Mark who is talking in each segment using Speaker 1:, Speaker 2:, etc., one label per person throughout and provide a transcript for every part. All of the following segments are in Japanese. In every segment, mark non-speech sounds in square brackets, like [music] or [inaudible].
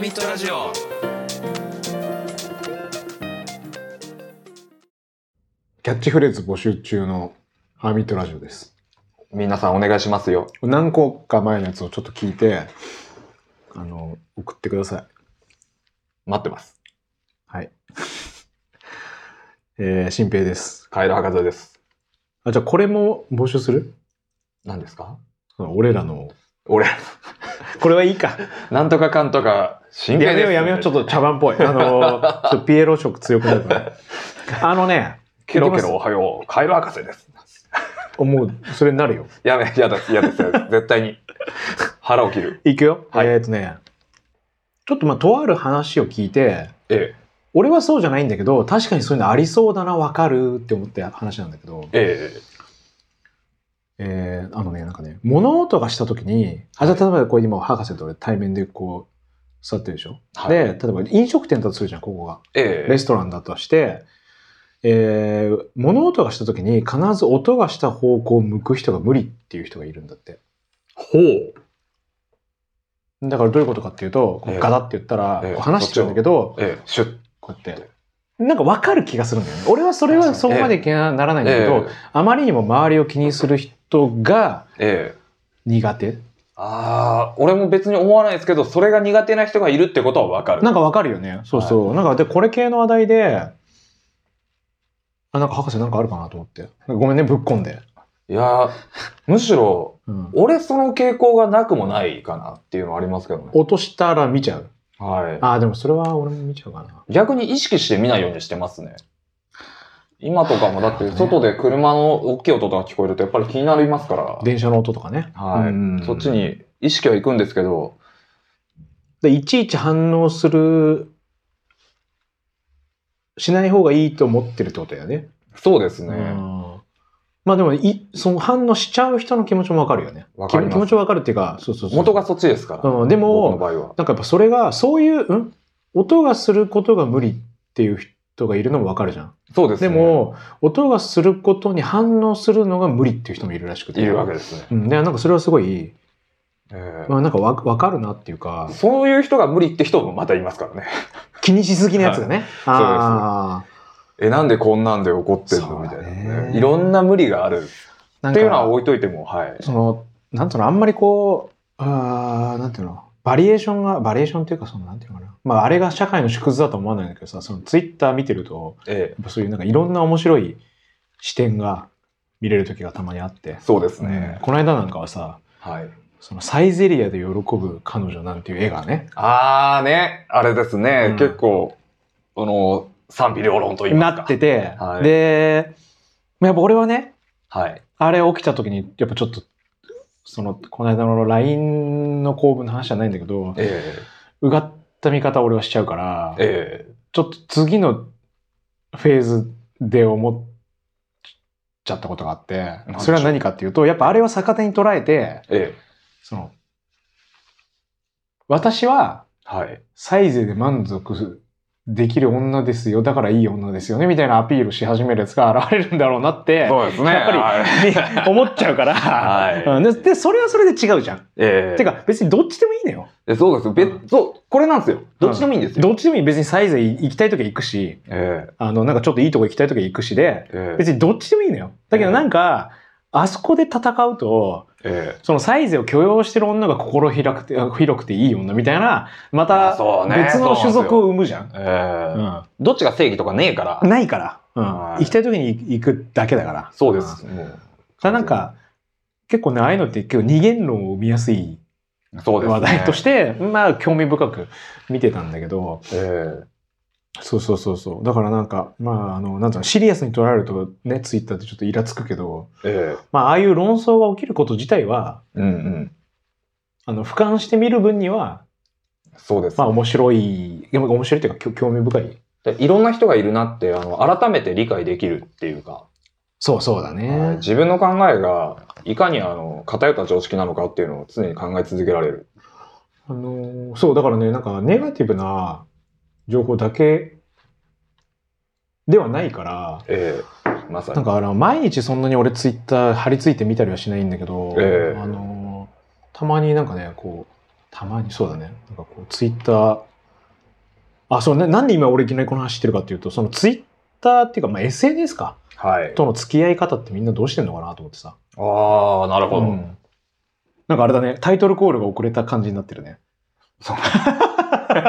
Speaker 1: ミットラジオ
Speaker 2: キャッチフレーズ募集中のハーミットラジオです。
Speaker 3: 皆さんお願いしますよ。
Speaker 2: 何個か前のやつをちょっと聞いて、あの、送ってください。
Speaker 3: 待ってます。
Speaker 2: はい。えー、新平です。
Speaker 3: カエル博士です。
Speaker 2: あ、じゃあこれも募集する
Speaker 3: 何ですか
Speaker 2: その俺らの。
Speaker 3: 俺、
Speaker 2: これはいいか。
Speaker 3: なんとかかんとか、真剣
Speaker 2: やめ
Speaker 3: です
Speaker 2: ようやめよう。ちょっと茶番っぽい。あの、ちょっとピエロ色強くなるから。あのね、
Speaker 3: ケロケロおはよう。カエル博士です。
Speaker 2: もう、それになるよ。
Speaker 3: やめ、やだ、 [laughs] やです。やです絶対に。腹を切る。
Speaker 2: いくよ。
Speaker 3: はい
Speaker 2: えっ、とね、ちょっとまあ、とある話を聞いて、
Speaker 3: え
Speaker 2: 俺はそうじゃないんだけど確かにそういうのありそうだなわかるって思って話なんだけど
Speaker 3: え、、ええ、
Speaker 2: えーあのねなんかね物音がした時にあじゃあ例えばこう今博士と俺対面でこう座ってるでしょ、
Speaker 3: はい
Speaker 2: で例えば飲食店だとするじゃんここが
Speaker 3: え
Speaker 2: レストランだとして、えー物音がした時に必ず音がした方向を向く人が無理っていう人がいるんだって
Speaker 3: ほう。
Speaker 2: だからどういうことかっていうとこ
Speaker 3: え
Speaker 2: う
Speaker 3: え
Speaker 2: ガダって言ったら、
Speaker 3: ええ
Speaker 2: こう話してるんだけど、
Speaker 3: ええ、シュッ。
Speaker 2: こうやってなんかわかる気がするんだよね俺はそれはそこまでいけなならないんだけ
Speaker 3: え
Speaker 2: ど、あまりにも周りを気にする人が
Speaker 3: え、ええ。
Speaker 2: 苦手。
Speaker 3: ああ、俺も別に思わないですけど、それが苦手な人がいるってことはわかる。
Speaker 2: なんかわかるよね。そうそう。なんか、で、これ系の話題で、あ、なんか博士なんかあるかなと思って。ごめんね、ぶっこんで。
Speaker 3: いやー、むしろ、
Speaker 2: うん。
Speaker 3: 俺その傾向がなくもないかなっていうのはありますけどね。
Speaker 2: 落としたら見ちゃう。
Speaker 3: はい。
Speaker 2: あ、でもそれは俺も見ちゃうかな。
Speaker 3: 逆に意識して見ないようにしてますね。今とかもだっ
Speaker 2: な
Speaker 3: て
Speaker 2: るほどね
Speaker 3: 外で車の大きい音とか聞こえるとやっぱり気になりますから、
Speaker 2: 電車の音とかね。
Speaker 3: はい
Speaker 2: うん
Speaker 3: そっち。に意識は行くんですけど、
Speaker 2: で、いちいち反応する、しない方がいいと思ってるってことだよね。
Speaker 3: そうです
Speaker 2: う
Speaker 3: ね。
Speaker 2: んまあでもい、その反応しちゃう人の気持ちもわかるよね。
Speaker 3: わかります
Speaker 2: 気持ちわかるっていうか、そうそうそう。
Speaker 3: 元がそっちですから。
Speaker 2: うんでも
Speaker 3: 僕の場合は。
Speaker 2: なんかやっぱそれが、そういう、ん音がすることが無理っていう人がいるのもわかるじゃん。
Speaker 3: そうです
Speaker 2: で
Speaker 3: ね。、
Speaker 2: も、音がすることに反応するのが無理っていう人もいるらしくて。
Speaker 3: いるわけですね。
Speaker 2: うん、ね、なんかそれはすご
Speaker 3: え
Speaker 2: い、
Speaker 3: え
Speaker 2: まあ、なんかわわかるなっていうか、
Speaker 3: そういう人が無理って人もまたいますからね。
Speaker 2: 気にしすぎなやつがね。あ
Speaker 3: え、なんでこんなんで怒ってん
Speaker 2: そ
Speaker 3: の
Speaker 2: う
Speaker 3: みた
Speaker 2: だ
Speaker 3: い
Speaker 2: ね
Speaker 3: なね。いろんな無理がある
Speaker 2: あ、な
Speaker 3: っ
Speaker 2: ん
Speaker 3: て
Speaker 2: か
Speaker 3: いうのは置いといても、はい。
Speaker 2: その、なんていうの、あんまりこう、あーなんていうの、バリエーションが、バリエーションっていうか、その、なんていうのかな。まあ、あれが社会の縮図だとは思わないんだけどさ、そのツイッター見てると、
Speaker 3: ええ
Speaker 2: やっぱそういうなんかいろんな面白い視点が見れる時がたまにあって、
Speaker 3: そうです
Speaker 2: ね
Speaker 3: ね。
Speaker 2: この間なんかはさ
Speaker 3: はい。
Speaker 2: そのサイゼリアで喜ぶ彼女なんていう絵がね
Speaker 3: ああね、あれですね、
Speaker 2: うん
Speaker 3: 結構、あの、賛否両論と言いますか。
Speaker 2: なってて、
Speaker 3: はい
Speaker 2: でまあやっぱ俺はね
Speaker 3: はい。
Speaker 2: あれ起きた時にやっぱちょっとそのこの間の LINE の構文の話じゃないんだけど
Speaker 3: え
Speaker 2: うがった見方を俺はしちゃうから
Speaker 3: ええ
Speaker 2: ちょっと次のフェーズで思っちゃったことがあって
Speaker 3: なんでしょう
Speaker 2: それは何かっていうとやっぱあれを逆手に捉えて
Speaker 3: えええ
Speaker 2: その、私は
Speaker 3: はい。
Speaker 2: サイゼで満足できる女ですよ。だからいい女ですよね。みたいなアピールし始めるやつが現れるんだろうなって、
Speaker 3: そうですね。
Speaker 2: やっぱり
Speaker 3: はい
Speaker 2: み思っちゃうから、
Speaker 3: はい
Speaker 2: うんで。で、それはそれで違うじゃん。
Speaker 3: ええ
Speaker 2: てか、別にどっちでもいいのよ。
Speaker 3: えそうです。べ、
Speaker 2: う
Speaker 3: そう、これなんですよ。どっちでもいいんですよ。
Speaker 2: どっちでもいい。別にサイゼ行きたい時は行くし、
Speaker 3: え
Speaker 2: あの、なんかちょっといいとこ行きたい時は行くしで、
Speaker 3: えええ
Speaker 2: 別にどっちでもいいのよ。だけどなんか、あそこで戦うと、
Speaker 3: ええ
Speaker 2: そのサイゼを許容してる女が心開くて広くていい女みたいな、また
Speaker 3: あそうね
Speaker 2: 別の種族を生むじゃん。
Speaker 3: ええ
Speaker 2: う
Speaker 3: どっちが正義とかねえから。
Speaker 2: ん、ないから、うん
Speaker 3: はい
Speaker 2: 行きたい時に行くだけだから。
Speaker 3: そうんで
Speaker 2: だか
Speaker 3: す。もう。
Speaker 2: らなんか、結構ね、ああいうのって結構二元論を生みやすい
Speaker 3: そうです、ね。。
Speaker 2: 話題としてて、まあ興味深く見てたんだけど、
Speaker 3: え
Speaker 2: そうそうそうそう。だからなんか、まああの、なんつうの、シリアスに捉えるとね、ツイッターってちょっとイラつくけど、
Speaker 3: えええ
Speaker 2: まあああいう論争が起きること自体は、
Speaker 3: うんうん。
Speaker 2: あの、俯瞰してみる分には、
Speaker 3: そうです、
Speaker 2: まあ面白い、でも面白いというか興興味深い。
Speaker 3: でいろんな人がいるなって、あの、改めて理解できるっていうか。
Speaker 2: そうそうだ
Speaker 3: はい
Speaker 2: ね。
Speaker 3: 自分の考えがいかにあの偏った常識なのかっていうのを常に考え続けられる。
Speaker 2: あのーそう、だからね、なんかネガティブな情報だけではないから、
Speaker 3: ええまさ
Speaker 2: な
Speaker 3: に。
Speaker 2: んかあの毎日そんなに俺ツイッター張り付いて見たりはしないんだけど、
Speaker 3: ええ
Speaker 2: あのーたまになんかね、こう、たまにそうだね、なんかこうツイッターあ、そうね。なんで今俺いきなりこの話してるかっていうと、そのツイッターっていうか、まあ、SNS か。
Speaker 3: はい。
Speaker 2: との付き合い方ってみんなどうしてんのかなと思ってさ。
Speaker 3: ああ、なるほど。
Speaker 2: うんなんかあれだね、タイトルコールが遅れた感じになってるね。
Speaker 3: そう
Speaker 2: [laughs] な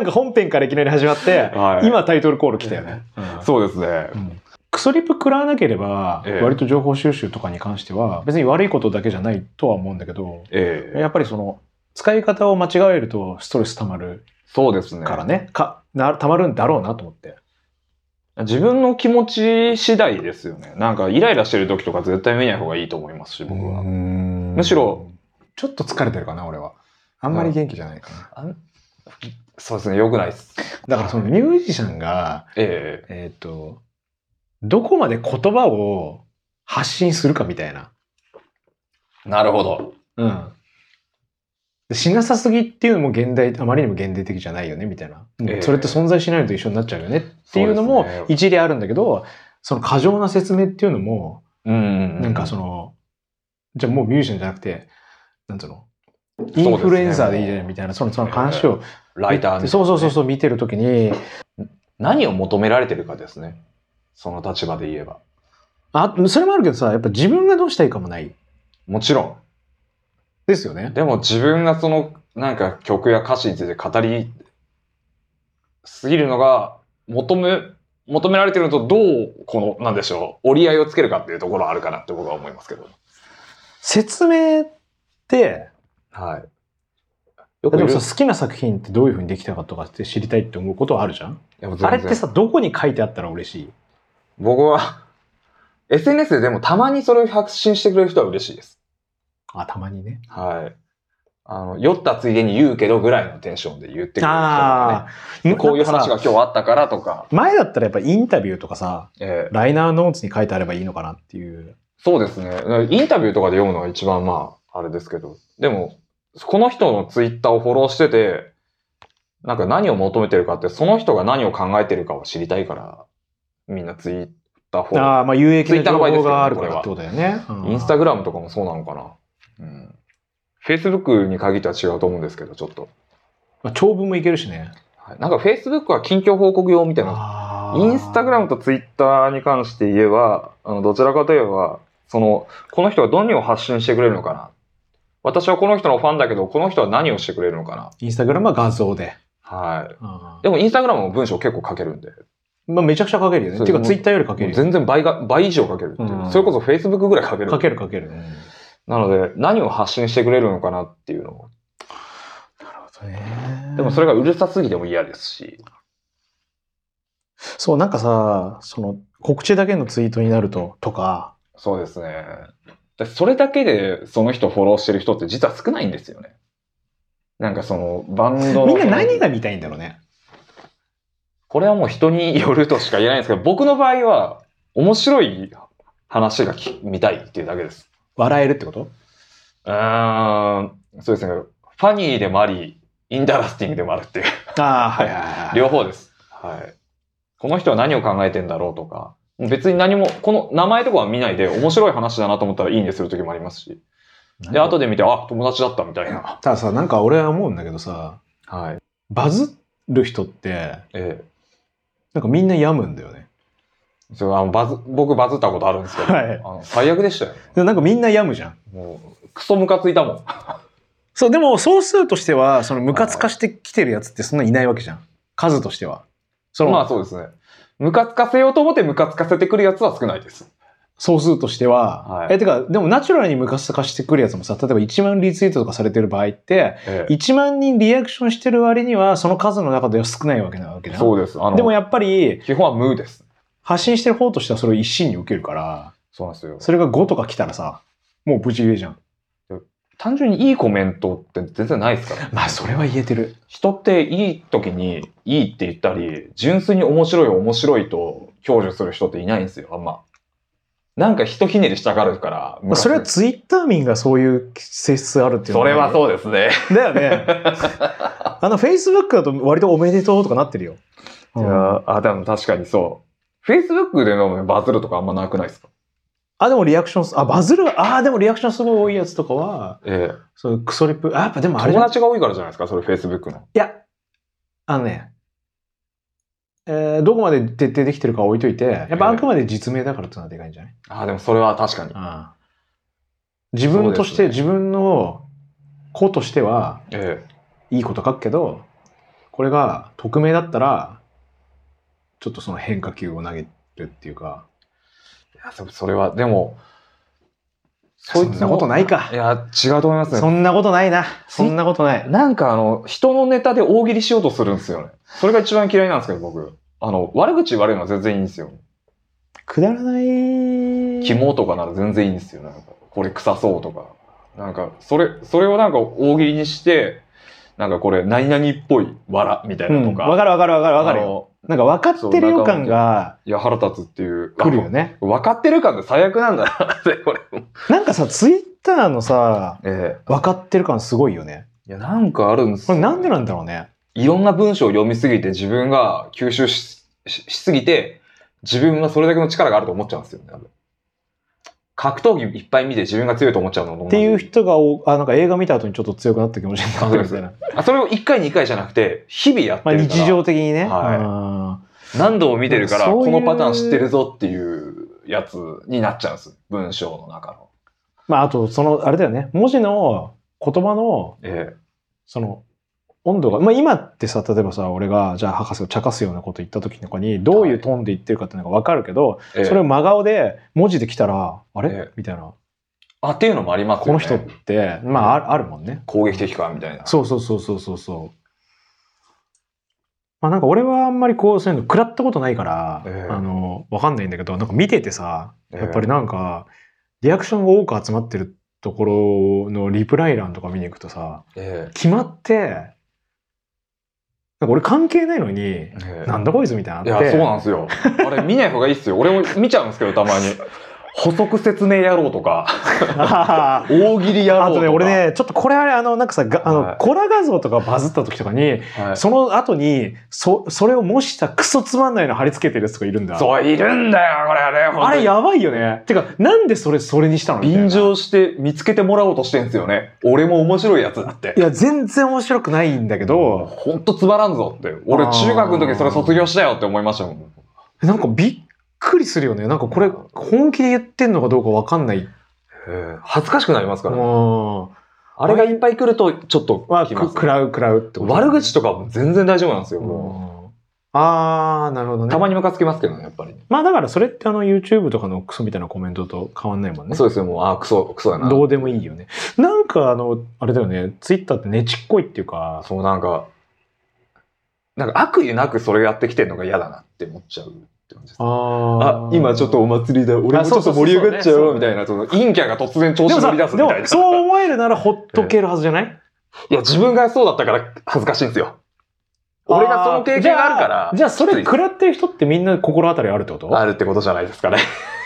Speaker 2: んか本編からいきなり始まって、
Speaker 3: はい、
Speaker 2: 今タイトルコール来たよね。う
Speaker 3: そうですね。
Speaker 2: んクソリップ食らわなければ
Speaker 3: ええ
Speaker 2: 割と情報収集とかに関しては別に悪いことだけじゃないとは思うんだけど
Speaker 3: ええ
Speaker 2: やっぱりその使い方を間違えるとストレス溜まる
Speaker 3: そうですね。
Speaker 2: からねかな溜まるんだろうなと思って
Speaker 3: 自分の気持ち次第ですよね。なんかイライラしてる時とか絶対見ない方がいいと思いますし、僕は。
Speaker 2: む
Speaker 3: むしろ
Speaker 2: ちょっと疲れてるかな俺はあんまり元気じゃないかな、
Speaker 3: あんそうですね、良くないです。
Speaker 2: だからそのミュージシャンが
Speaker 3: え
Speaker 2: えっ、とどこまで言葉を発信するかみたいな
Speaker 3: えなるほど。
Speaker 2: うん。でしなさすぎっていうのも現代、あまりにも現代的じゃないよね、みたいな。もう
Speaker 3: ええ
Speaker 2: それって存在しないのと一緒になっちゃうよねっていうのも
Speaker 3: そうですね
Speaker 2: 一理あるんだけど、その過剰な説明っていうのも、
Speaker 3: うん
Speaker 2: なんかそ
Speaker 3: の、
Speaker 2: の、じゃあもうミュージシャンじゃなくて、なんつうの
Speaker 3: す
Speaker 2: イ
Speaker 3: ね
Speaker 2: ンフルエンサーでいいじゃないみたいな、その、その話を、
Speaker 3: ライターみたいなね
Speaker 2: そうそうそうそう見てるときに、
Speaker 3: 何を求められてるかですね。その立場で言えば。
Speaker 2: あ、それもあるけどさ、やっぱ自分がどうしたいかもない。
Speaker 3: もちろん。
Speaker 2: ですよね。
Speaker 3: でも自分がその、なんか曲や歌詞について語りすぎるのが、求め、求められてるのとどう、この、なんでしょう、折り合いをつけるかっていうところはあるかなって僕は思いますけど。
Speaker 2: 説明って、
Speaker 3: はい。よ
Speaker 2: で
Speaker 3: い
Speaker 2: も
Speaker 3: る
Speaker 2: さ、好きな作品ってどういうふうにできたかとかって知りたいって思うことはあるじゃん
Speaker 3: いやもう全
Speaker 2: あれ
Speaker 3: 然
Speaker 2: ってさ、どこに書いてあったら嬉しい
Speaker 3: 僕は、SNS ででもたまにそれを発信してくれる人は嬉しいです。
Speaker 2: あ、たまにね。
Speaker 3: はい。あの、酔ったついでに言うけどぐらいのテンションで言ってくれる人と
Speaker 2: あ
Speaker 3: か
Speaker 2: あ、
Speaker 3: ね。こういう話
Speaker 2: だ
Speaker 3: が
Speaker 2: から
Speaker 3: 今日あったからとか。
Speaker 2: 前だったらやっぱインタビューとかさ、
Speaker 3: ええ
Speaker 2: ライナーノーツに書いてあればいいのかなっていう。
Speaker 3: そうですね。インタビューとかで読むのが一番まあ、あれですけど。でも、この人のツイッターをフォローしてて、なんか何を求めてるかって、その人が何を考えてるかを知りたいから、みんなツイッターフォロー。
Speaker 2: ああ、まあ有益な情
Speaker 3: Twitter の場合です
Speaker 2: 報
Speaker 3: けどね
Speaker 2: があるか
Speaker 3: これ
Speaker 2: ら
Speaker 3: は
Speaker 2: ってことだよね。
Speaker 3: インスタグ
Speaker 2: ラ
Speaker 3: ラムとかもそうなのかな。うん。Facebook に限っては違うと思うんですけど、ちょっと。
Speaker 2: ム。長文もいけるしね。
Speaker 3: はい、なんか Facebook は近況報告用みたいな。インスタグラムと Twitter に関して言えば、あのどちらかといえば、その、この人は何を発信してくれるのかな。私はこの人のファンだけど、この人は何をしてくれるのかな。
Speaker 2: インスタグラムは画像で。
Speaker 3: はい。
Speaker 2: あ
Speaker 3: でもインスタグラムも文章結構書けるんで、
Speaker 2: ーまあめちゃくちゃ書けるよね。
Speaker 3: そう
Speaker 2: っていうかツイッターより書けるよ。
Speaker 3: 全然倍が、倍以上書けるっていう
Speaker 2: うん
Speaker 3: それこそ Facebook ぐらい書ける。
Speaker 2: 書ける書ける。
Speaker 3: なので、何を発信してくれるのかなっていうのを。でもそ
Speaker 2: れ
Speaker 3: れがうるさすぎても嫌ですし。
Speaker 2: そう、なんかさ、その告知だけのツイートになると、とか、
Speaker 3: そうですね。でそれだけでその人フォローしてる人って実は少ないんですよね。なんかそのバンドの。
Speaker 2: みんな何が見たいんだろうね。
Speaker 3: これはもう人によるとしか言えないんですけど、僕の場合は面白い話がき見たいっていうだけです。
Speaker 2: 笑えるってこと
Speaker 3: うーん、そうですね。ファニーでもあり、インタラスティングでもあるっていう。
Speaker 2: ああ、はいはいはい。
Speaker 3: 両方です。はい。この人は何を考えてんだろうとか、別に何も、この名前とかは見ないで面白い話だなと思ったらいいねする時もありますし。で、後で見て、あ、友達だったみたいな。
Speaker 2: たださ、なんか俺は思うんだけどさ、
Speaker 3: はい。
Speaker 2: バズる人って、
Speaker 3: え
Speaker 2: なんかみんな病むんだよね。
Speaker 3: えそれはあのバズ、僕バズったことあるんですけど、
Speaker 2: はい
Speaker 3: あの最悪でしたよ。
Speaker 2: でなんかみんな病むじゃん。
Speaker 3: もう、クソムカついたもん。
Speaker 2: そう、でも総数としては、そのムカつかしてきてるやつってそんないないわけじゃん。数としては。その、
Speaker 3: まあそうですね。ムカつかせようと思ってムカつかせてくるやつは少ないです。
Speaker 2: 総数としては。
Speaker 3: はい
Speaker 2: え、てか、でもナチュラルにムカつかしてくるやつもさ、例えば1万リツイートとかされてる場合って、
Speaker 3: ええ
Speaker 2: 1万人リアクションしてる割には、その数の中では少ないわけなわけじゃん。
Speaker 3: そうです。あの、
Speaker 2: でもやっぱり、
Speaker 3: 基本は無です。
Speaker 2: 発信してる方としてはそれを一心に受けるから、
Speaker 3: そうなんですよ。
Speaker 2: それが5とか来たらさ、もうブチ切れじゃん。
Speaker 3: 単純にいいコメントって全然ないですから。
Speaker 2: まあ、それは言えてる。
Speaker 3: [laughs] 人っていい時にいいって言ったり、純粋に面白い面白いと享受する人っていないんですよ、あんま。なんかひとひねりしたがるから、
Speaker 2: まあ、
Speaker 3: 昔
Speaker 2: それはツイッター民がそういう性質あるっていう
Speaker 3: それは
Speaker 2: う。
Speaker 3: そうですね。
Speaker 2: だよね。あの、フェイスブックだと割とおめでとうとかなってるよ。
Speaker 3: いやあ、でも確かにそう。Facebook でのバズるとかあんまなくないですか
Speaker 2: あ、でもリアクションす、あ、バズる、あ、でもリアクションすごい多いやつとかは、
Speaker 3: ええ
Speaker 2: そういうクソリップ、あ、やっぱでもあれじゃ
Speaker 3: 友
Speaker 2: んい
Speaker 3: 達が多いからじゃないですか、それ Facebook の。
Speaker 2: や、あのね、えーどこまで徹底できてるかは置いといて、やっぱあくまで実名だからっていうのはでかいんじゃない、
Speaker 3: ああ、でもそれは確かに。
Speaker 2: ああ自分とし
Speaker 3: そう
Speaker 2: て、
Speaker 3: で
Speaker 2: 自分の子としては
Speaker 3: え
Speaker 2: いいこと書くけど、これが匿名だったら、ちょっとその変化球を投げるっていうか、
Speaker 3: えいや。そそれは、でも、
Speaker 2: そんなことないか
Speaker 3: い。や、違うと思います
Speaker 2: そ
Speaker 3: ね。
Speaker 2: んなことないな。そんなことない。
Speaker 3: なんかあの、人のネタで大喜利しようとするんですよね。それが一番嫌いなんですけど、僕。あの、悪口言われるのは全然いいんですよ。
Speaker 2: くだらない。
Speaker 3: 肝とかなら全然いいんですよ。なんか、これ臭そうとか。なんか、それ、それをなんか大喜利にして、なんかこれ、何々っぽい笑みたい
Speaker 2: うん
Speaker 3: なとか。
Speaker 2: わかるわかるわかるわかる
Speaker 3: あ
Speaker 2: よ。
Speaker 3: の
Speaker 2: なんか分かってる予感が
Speaker 3: いや、腹立つっていう。
Speaker 2: 来るよね。
Speaker 3: あ。分かってる感って最悪なん [laughs] だなって、これ。
Speaker 2: なんかさ、ツイッターのさ、
Speaker 3: ええ
Speaker 2: 分かってる感すごいよね。
Speaker 3: いや、なんかあるんです
Speaker 2: これなんでなんんだろうね。
Speaker 3: いろんな文章を読みすぎて自分が吸収しししすぎて、自分がそれだけの力があると思っちゃうんですよね。多分格闘技いっぱい見て自分が強いと思っちゃうのと同
Speaker 2: っ
Speaker 3: じ
Speaker 2: ていう人がお、あ、なんか映画見た後にちょっと強くなった気持ちになるみたいな。
Speaker 3: あそれを1回2回じゃなくて、日々やって
Speaker 2: [laughs] まあ
Speaker 3: るから、
Speaker 2: 日常的にね。
Speaker 3: は何度も見てるから、
Speaker 2: そういう
Speaker 3: このパターン知ってるぞっていうやつになっちゃうんです。文章の中の。
Speaker 2: うんまああと、その、あれだよね。文字の言葉の、
Speaker 3: え
Speaker 2: その、温度が、まあ今ってさ、例えばさ、俺が、じゃあ博士を茶化すようなこと言った時とかに、どういうトーンで言ってるかっていうのが分かるけど、
Speaker 3: えええ
Speaker 2: それを真顔で文字で来たら、あれ、
Speaker 3: ええ
Speaker 2: みたいな。
Speaker 3: あ、っていうのもあります
Speaker 2: こ
Speaker 3: よ
Speaker 2: の
Speaker 3: ね。
Speaker 2: 人って、まああるあるもんね。
Speaker 3: 攻撃的かみたいな。
Speaker 2: そうそうそうそうそうそう。まあなんか俺はあんまりこうそういうの食らったことないから、
Speaker 3: ええ
Speaker 2: あのわかんないんだけどなんか見ててさ
Speaker 3: ええ
Speaker 2: やっぱりなんかリアクションが多く集まってるところのリプライ欄とか見に行くとさ
Speaker 3: え
Speaker 2: 決まってなんか俺関係ないのに
Speaker 3: えええ
Speaker 2: なんだこいつみたいないのあっ
Speaker 3: や、
Speaker 2: て
Speaker 3: そうなんですよ。あれ見ない方がいいっすよ。俺も見ちゃうんですけど、たまに。補足説明やろうとか、
Speaker 2: あー
Speaker 3: 大喜利やろう
Speaker 2: [laughs] あ
Speaker 3: とか。
Speaker 2: とね俺、ねちょっとこれあれあのなんかさがあの、
Speaker 3: はい
Speaker 2: コラ画像とかバズった時とかに
Speaker 3: はい、そ
Speaker 2: その後に、そ、それを模したクソつまんないの貼り付けてるやつとかいるんだ。
Speaker 3: う、いるんだよ、これね。
Speaker 2: あれ
Speaker 3: や
Speaker 2: やばいよね。てか、なんでそれ、それにしたのみたいな
Speaker 3: 便乗して見つけてもらおうとしてんすよね。俺も面白いやつだって
Speaker 2: い。や、全然面白くないんだ
Speaker 3: も
Speaker 2: け
Speaker 3: う
Speaker 2: ど、
Speaker 3: ほんとつまらんぞって。俺
Speaker 2: あー
Speaker 3: 中学の時それ卒業したよって思いましたもん。
Speaker 2: なんかびっくりするよね。なんかこれ、本気で言ってんのかどうかわかんない。
Speaker 3: 恥ずかしくなります
Speaker 2: う
Speaker 3: から、ね。
Speaker 2: ん。
Speaker 3: あれがいっぱい来るとちょっと
Speaker 2: は、
Speaker 3: 来ま
Speaker 2: く
Speaker 3: す
Speaker 2: 食らう食らうってこと。
Speaker 3: 悪口とかも全然大丈夫なんですよ。も
Speaker 2: うんあー、なるほど
Speaker 3: う
Speaker 2: ね。
Speaker 3: たまにムカつきますけどね、やっぱり。
Speaker 2: まあだからそれってあの YouTube とかのクソみたいなコメントと変わんないもんね。
Speaker 3: そうですよ、もう、あー、クソ、クソやな。
Speaker 2: どうでもいいよね。なんかあの、あれだよね、Twitter ってねちっこいっていうか、
Speaker 3: そうなんか、なんか悪意なくそれやってきてるのが嫌だなって思っちゃうって感じです。
Speaker 2: あ
Speaker 3: あ、今ちょっとお祭りだ。俺もちょっと盛り上がっちゃうわみたいな、その陰キャが突然調
Speaker 2: で
Speaker 3: 子乗
Speaker 2: もさ、
Speaker 3: り出す
Speaker 2: で
Speaker 3: みたい
Speaker 2: も
Speaker 3: な。
Speaker 2: そう思えるならほっとけるはずじゃない
Speaker 3: いや、自分がそうだったから恥ずかしいんですよ。俺がその経験が [laughs] あるから
Speaker 2: じゃあ、じゃあそ
Speaker 3: きつ
Speaker 2: れ
Speaker 3: い
Speaker 2: 食らってる人ってみんな心当たりあるってこと
Speaker 3: あるってことじゃないですかね。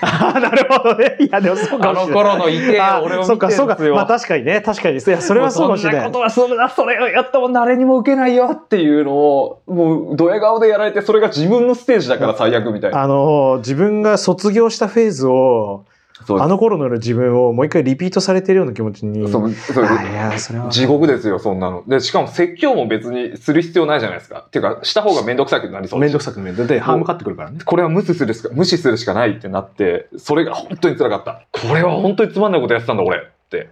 Speaker 2: あ、なるほどね。いや、でもそ
Speaker 3: あ
Speaker 2: うか
Speaker 3: の
Speaker 2: もしれない。
Speaker 3: 頃のいて、
Speaker 2: あ
Speaker 3: 俺を見てるんですよ。
Speaker 2: そうか、そうか。まあ確かにね、確かに。いや、それはそうかもしれ
Speaker 3: も
Speaker 2: な
Speaker 3: うそんないこ。とはそんな、それをやっても誰にも受けないよっていうのを、もう、ドヤ顔でやられて、それが自分のステージだから最悪みたいな。
Speaker 2: あのー、自分が卒業したフェーズを、
Speaker 3: そう
Speaker 2: あの頃の自分をもう一回リピートされてるような気持ちに。
Speaker 3: そうそう
Speaker 2: あいや、それは。
Speaker 3: 地獄ですよ、そんなの。で、しかも説教も別にする必要ないじゃないですか。っていうか、した方がめんどくさくなりそう
Speaker 2: め
Speaker 3: だ
Speaker 2: ん
Speaker 3: し
Speaker 2: どくさくめんどくさい。歯向かってくるからね。
Speaker 3: これは無視するしか、無視するしかないってなって、それが本当に辛かった。これは本当につまんないことやってたんだ、俺。って。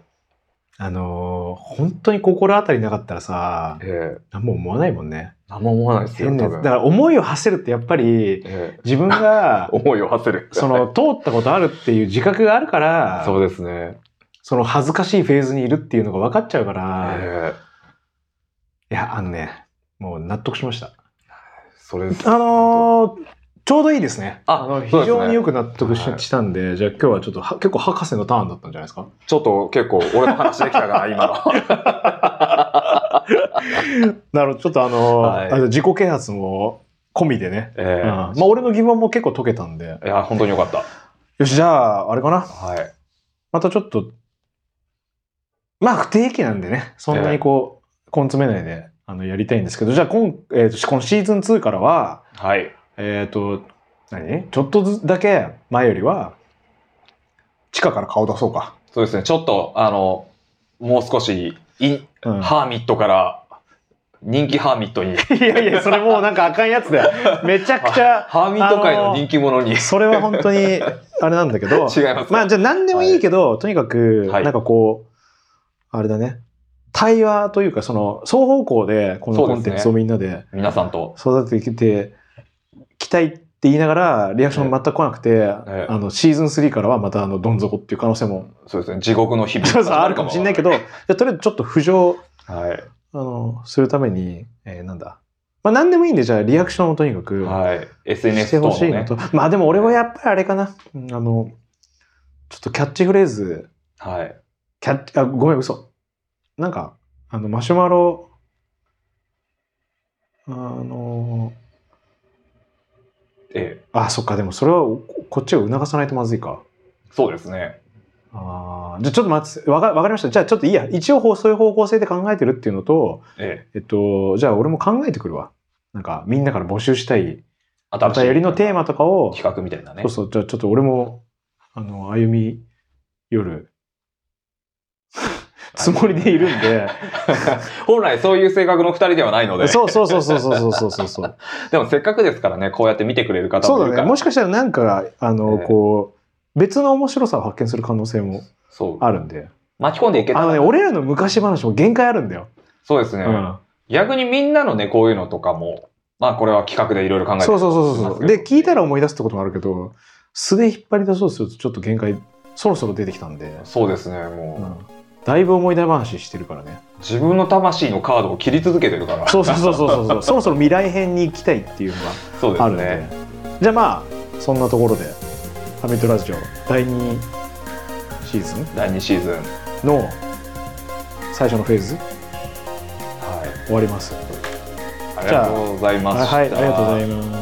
Speaker 2: あのー、本当に心当たりなかったらさ、
Speaker 3: ええ
Speaker 2: 何も思わないもんね。
Speaker 3: 何も思わないですよ、
Speaker 2: 変な
Speaker 3: 多
Speaker 2: やつ。
Speaker 3: 分。
Speaker 2: だから思いを馳せるってやっぱ
Speaker 3: え
Speaker 2: り、
Speaker 3: え
Speaker 2: 自分
Speaker 3: [laughs]
Speaker 2: が
Speaker 3: 思いを馳せる。
Speaker 2: その通ったことあるっていう自覚があるから
Speaker 3: [laughs] そうですね。
Speaker 2: その恥ずかしいフェーズにいるっていうのが分かっちゃうか
Speaker 3: え
Speaker 2: ら、
Speaker 3: え
Speaker 2: いやあのねもう納得しました
Speaker 3: それ
Speaker 2: あのーちょうどいいですね
Speaker 3: あ
Speaker 2: の非
Speaker 3: そうですね
Speaker 2: 常によく納得し,、
Speaker 3: はい
Speaker 2: たんでじゃあ今日はちょっとは結構博士のターンだったんじゃないですか
Speaker 3: ちょっと結構俺の話できたか
Speaker 2: [laughs]
Speaker 3: な、今の。
Speaker 2: なるほどちょっとあのー
Speaker 3: はい
Speaker 2: あの自己啓発も込みでね、
Speaker 3: ええ
Speaker 2: うんまあ俺の疑問も結構解けたんで
Speaker 3: いや、本当によかった。
Speaker 2: よしじゃああれかな
Speaker 3: はい。
Speaker 2: またちょっと、まあ不定期なんでね、そんなにこう、根詰めないで、あの、やりたいんですけど、じゃあ今、えーと、このシーズン2からは、
Speaker 3: はい。
Speaker 2: えっ、と、何ちょっとずつだけ前よりは、地下から顔出そうか。
Speaker 3: そうですね、ちょっと、あの、もう少し、い
Speaker 2: うん
Speaker 3: ハーミットから、人気ハーミットに、
Speaker 2: いやいや、それもうなんかあかんやつだよ。めちゃくちゃ、
Speaker 3: ハーミット界の人気者に、違い
Speaker 2: それは本当に、あれなんだけ
Speaker 3: [laughs]
Speaker 2: ど
Speaker 3: ま。すね。
Speaker 2: まあ、じゃあ何でもいいけど、とにかく、
Speaker 3: はい
Speaker 2: なんかこう、あれだね。対話というか、その、双方向で、この
Speaker 3: そうで
Speaker 2: コ
Speaker 3: す
Speaker 2: ン
Speaker 3: ね
Speaker 2: テンツをみんなで
Speaker 3: 皆さんと。
Speaker 2: 育ててきて、きたいって言いながら、リアクション全く来なくて、
Speaker 3: え
Speaker 2: あの、シーズン3からはまた、あの、どん底っていう可能性も、
Speaker 3: そうですね、地獄の日々。
Speaker 2: [laughs] そうそうあるかもしれないけど、じゃあとりあえずちょっと浮上、
Speaker 3: はい。
Speaker 2: あの、するために、えーなんだ。まあ、何でもいいんで、じゃあ、リアクションをとにかく、
Speaker 3: はい。
Speaker 2: し
Speaker 3: SNS
Speaker 2: て
Speaker 3: 等
Speaker 2: ほ
Speaker 3: の
Speaker 2: しいな
Speaker 3: ね。
Speaker 2: と。まあ、でも俺はやっぱりあれかな。うんあの、ちょっとキャッチフレーズ、
Speaker 3: はい。
Speaker 2: キャッあ、ごめん、嘘。なんか、あの、マシュマロ、あの、
Speaker 3: ええ、
Speaker 2: あ、そっか、でもそれはここっちを促さないとまずいか。
Speaker 3: そうですね。
Speaker 2: あーじゃあちょっと待って、わかわかりました。じゃあちょっといいや。一応そういう方向性で考えてるっていうのと、
Speaker 3: ええ、
Speaker 2: えっと、じゃあ俺も考えてくるわ。なんか、みんなから募集したい、
Speaker 3: 新
Speaker 2: ま
Speaker 3: したい
Speaker 2: よりのテーマとかを、
Speaker 3: 企画みたいなね
Speaker 2: そう。そう、じゃあちょっと俺も、あの、歩み寄るつもりでいるんで、
Speaker 3: [laughs] 本来そういう性格の二人ではないので、
Speaker 2: そうそうそうそうそうそうそうそう。
Speaker 3: でもせっかくですからね、こうやって見てくれる方
Speaker 2: そ
Speaker 3: もいうる
Speaker 2: だ
Speaker 3: か
Speaker 2: ね。
Speaker 3: ら
Speaker 2: も。しかしたらなんか、あの、
Speaker 3: ええ
Speaker 2: こう、別の面白さを発見する可能性も
Speaker 3: そう。
Speaker 2: あるんで。
Speaker 3: 巻き込んでいけた
Speaker 2: あのね、
Speaker 3: ら。
Speaker 2: 俺らの昔話も限界あるんだよ。
Speaker 3: そうですね。
Speaker 2: うん。
Speaker 3: 逆にみんなのね、こういうのとかも、まあこれは企画でいろいろ考えて
Speaker 2: そうそうそうそうそう。
Speaker 3: ますけ
Speaker 2: で、
Speaker 3: ど
Speaker 2: 聞いたら思い出すってこともあるけど、素で引っ張り出そうとするとちょっと限界、そろそろ出てきたんで、
Speaker 3: そうですね、も
Speaker 2: うん。だいぶ思い出話してるからね。
Speaker 3: う、自分の魂のカードを切り続けてるから。
Speaker 2: そうそうそうそうそう
Speaker 3: [laughs]
Speaker 2: そう。そろそろ未来編に行きたいっていうのが。
Speaker 3: そうで
Speaker 2: あ
Speaker 3: す
Speaker 2: るね
Speaker 3: ね。
Speaker 2: じゃあまあそんなところでハミットラジオ第2シーズン
Speaker 3: 第2シーズン。はい。
Speaker 2: の最初のフェーズ終わります
Speaker 3: ありがとうございま
Speaker 2: はい
Speaker 3: した。
Speaker 2: はいありがとうございます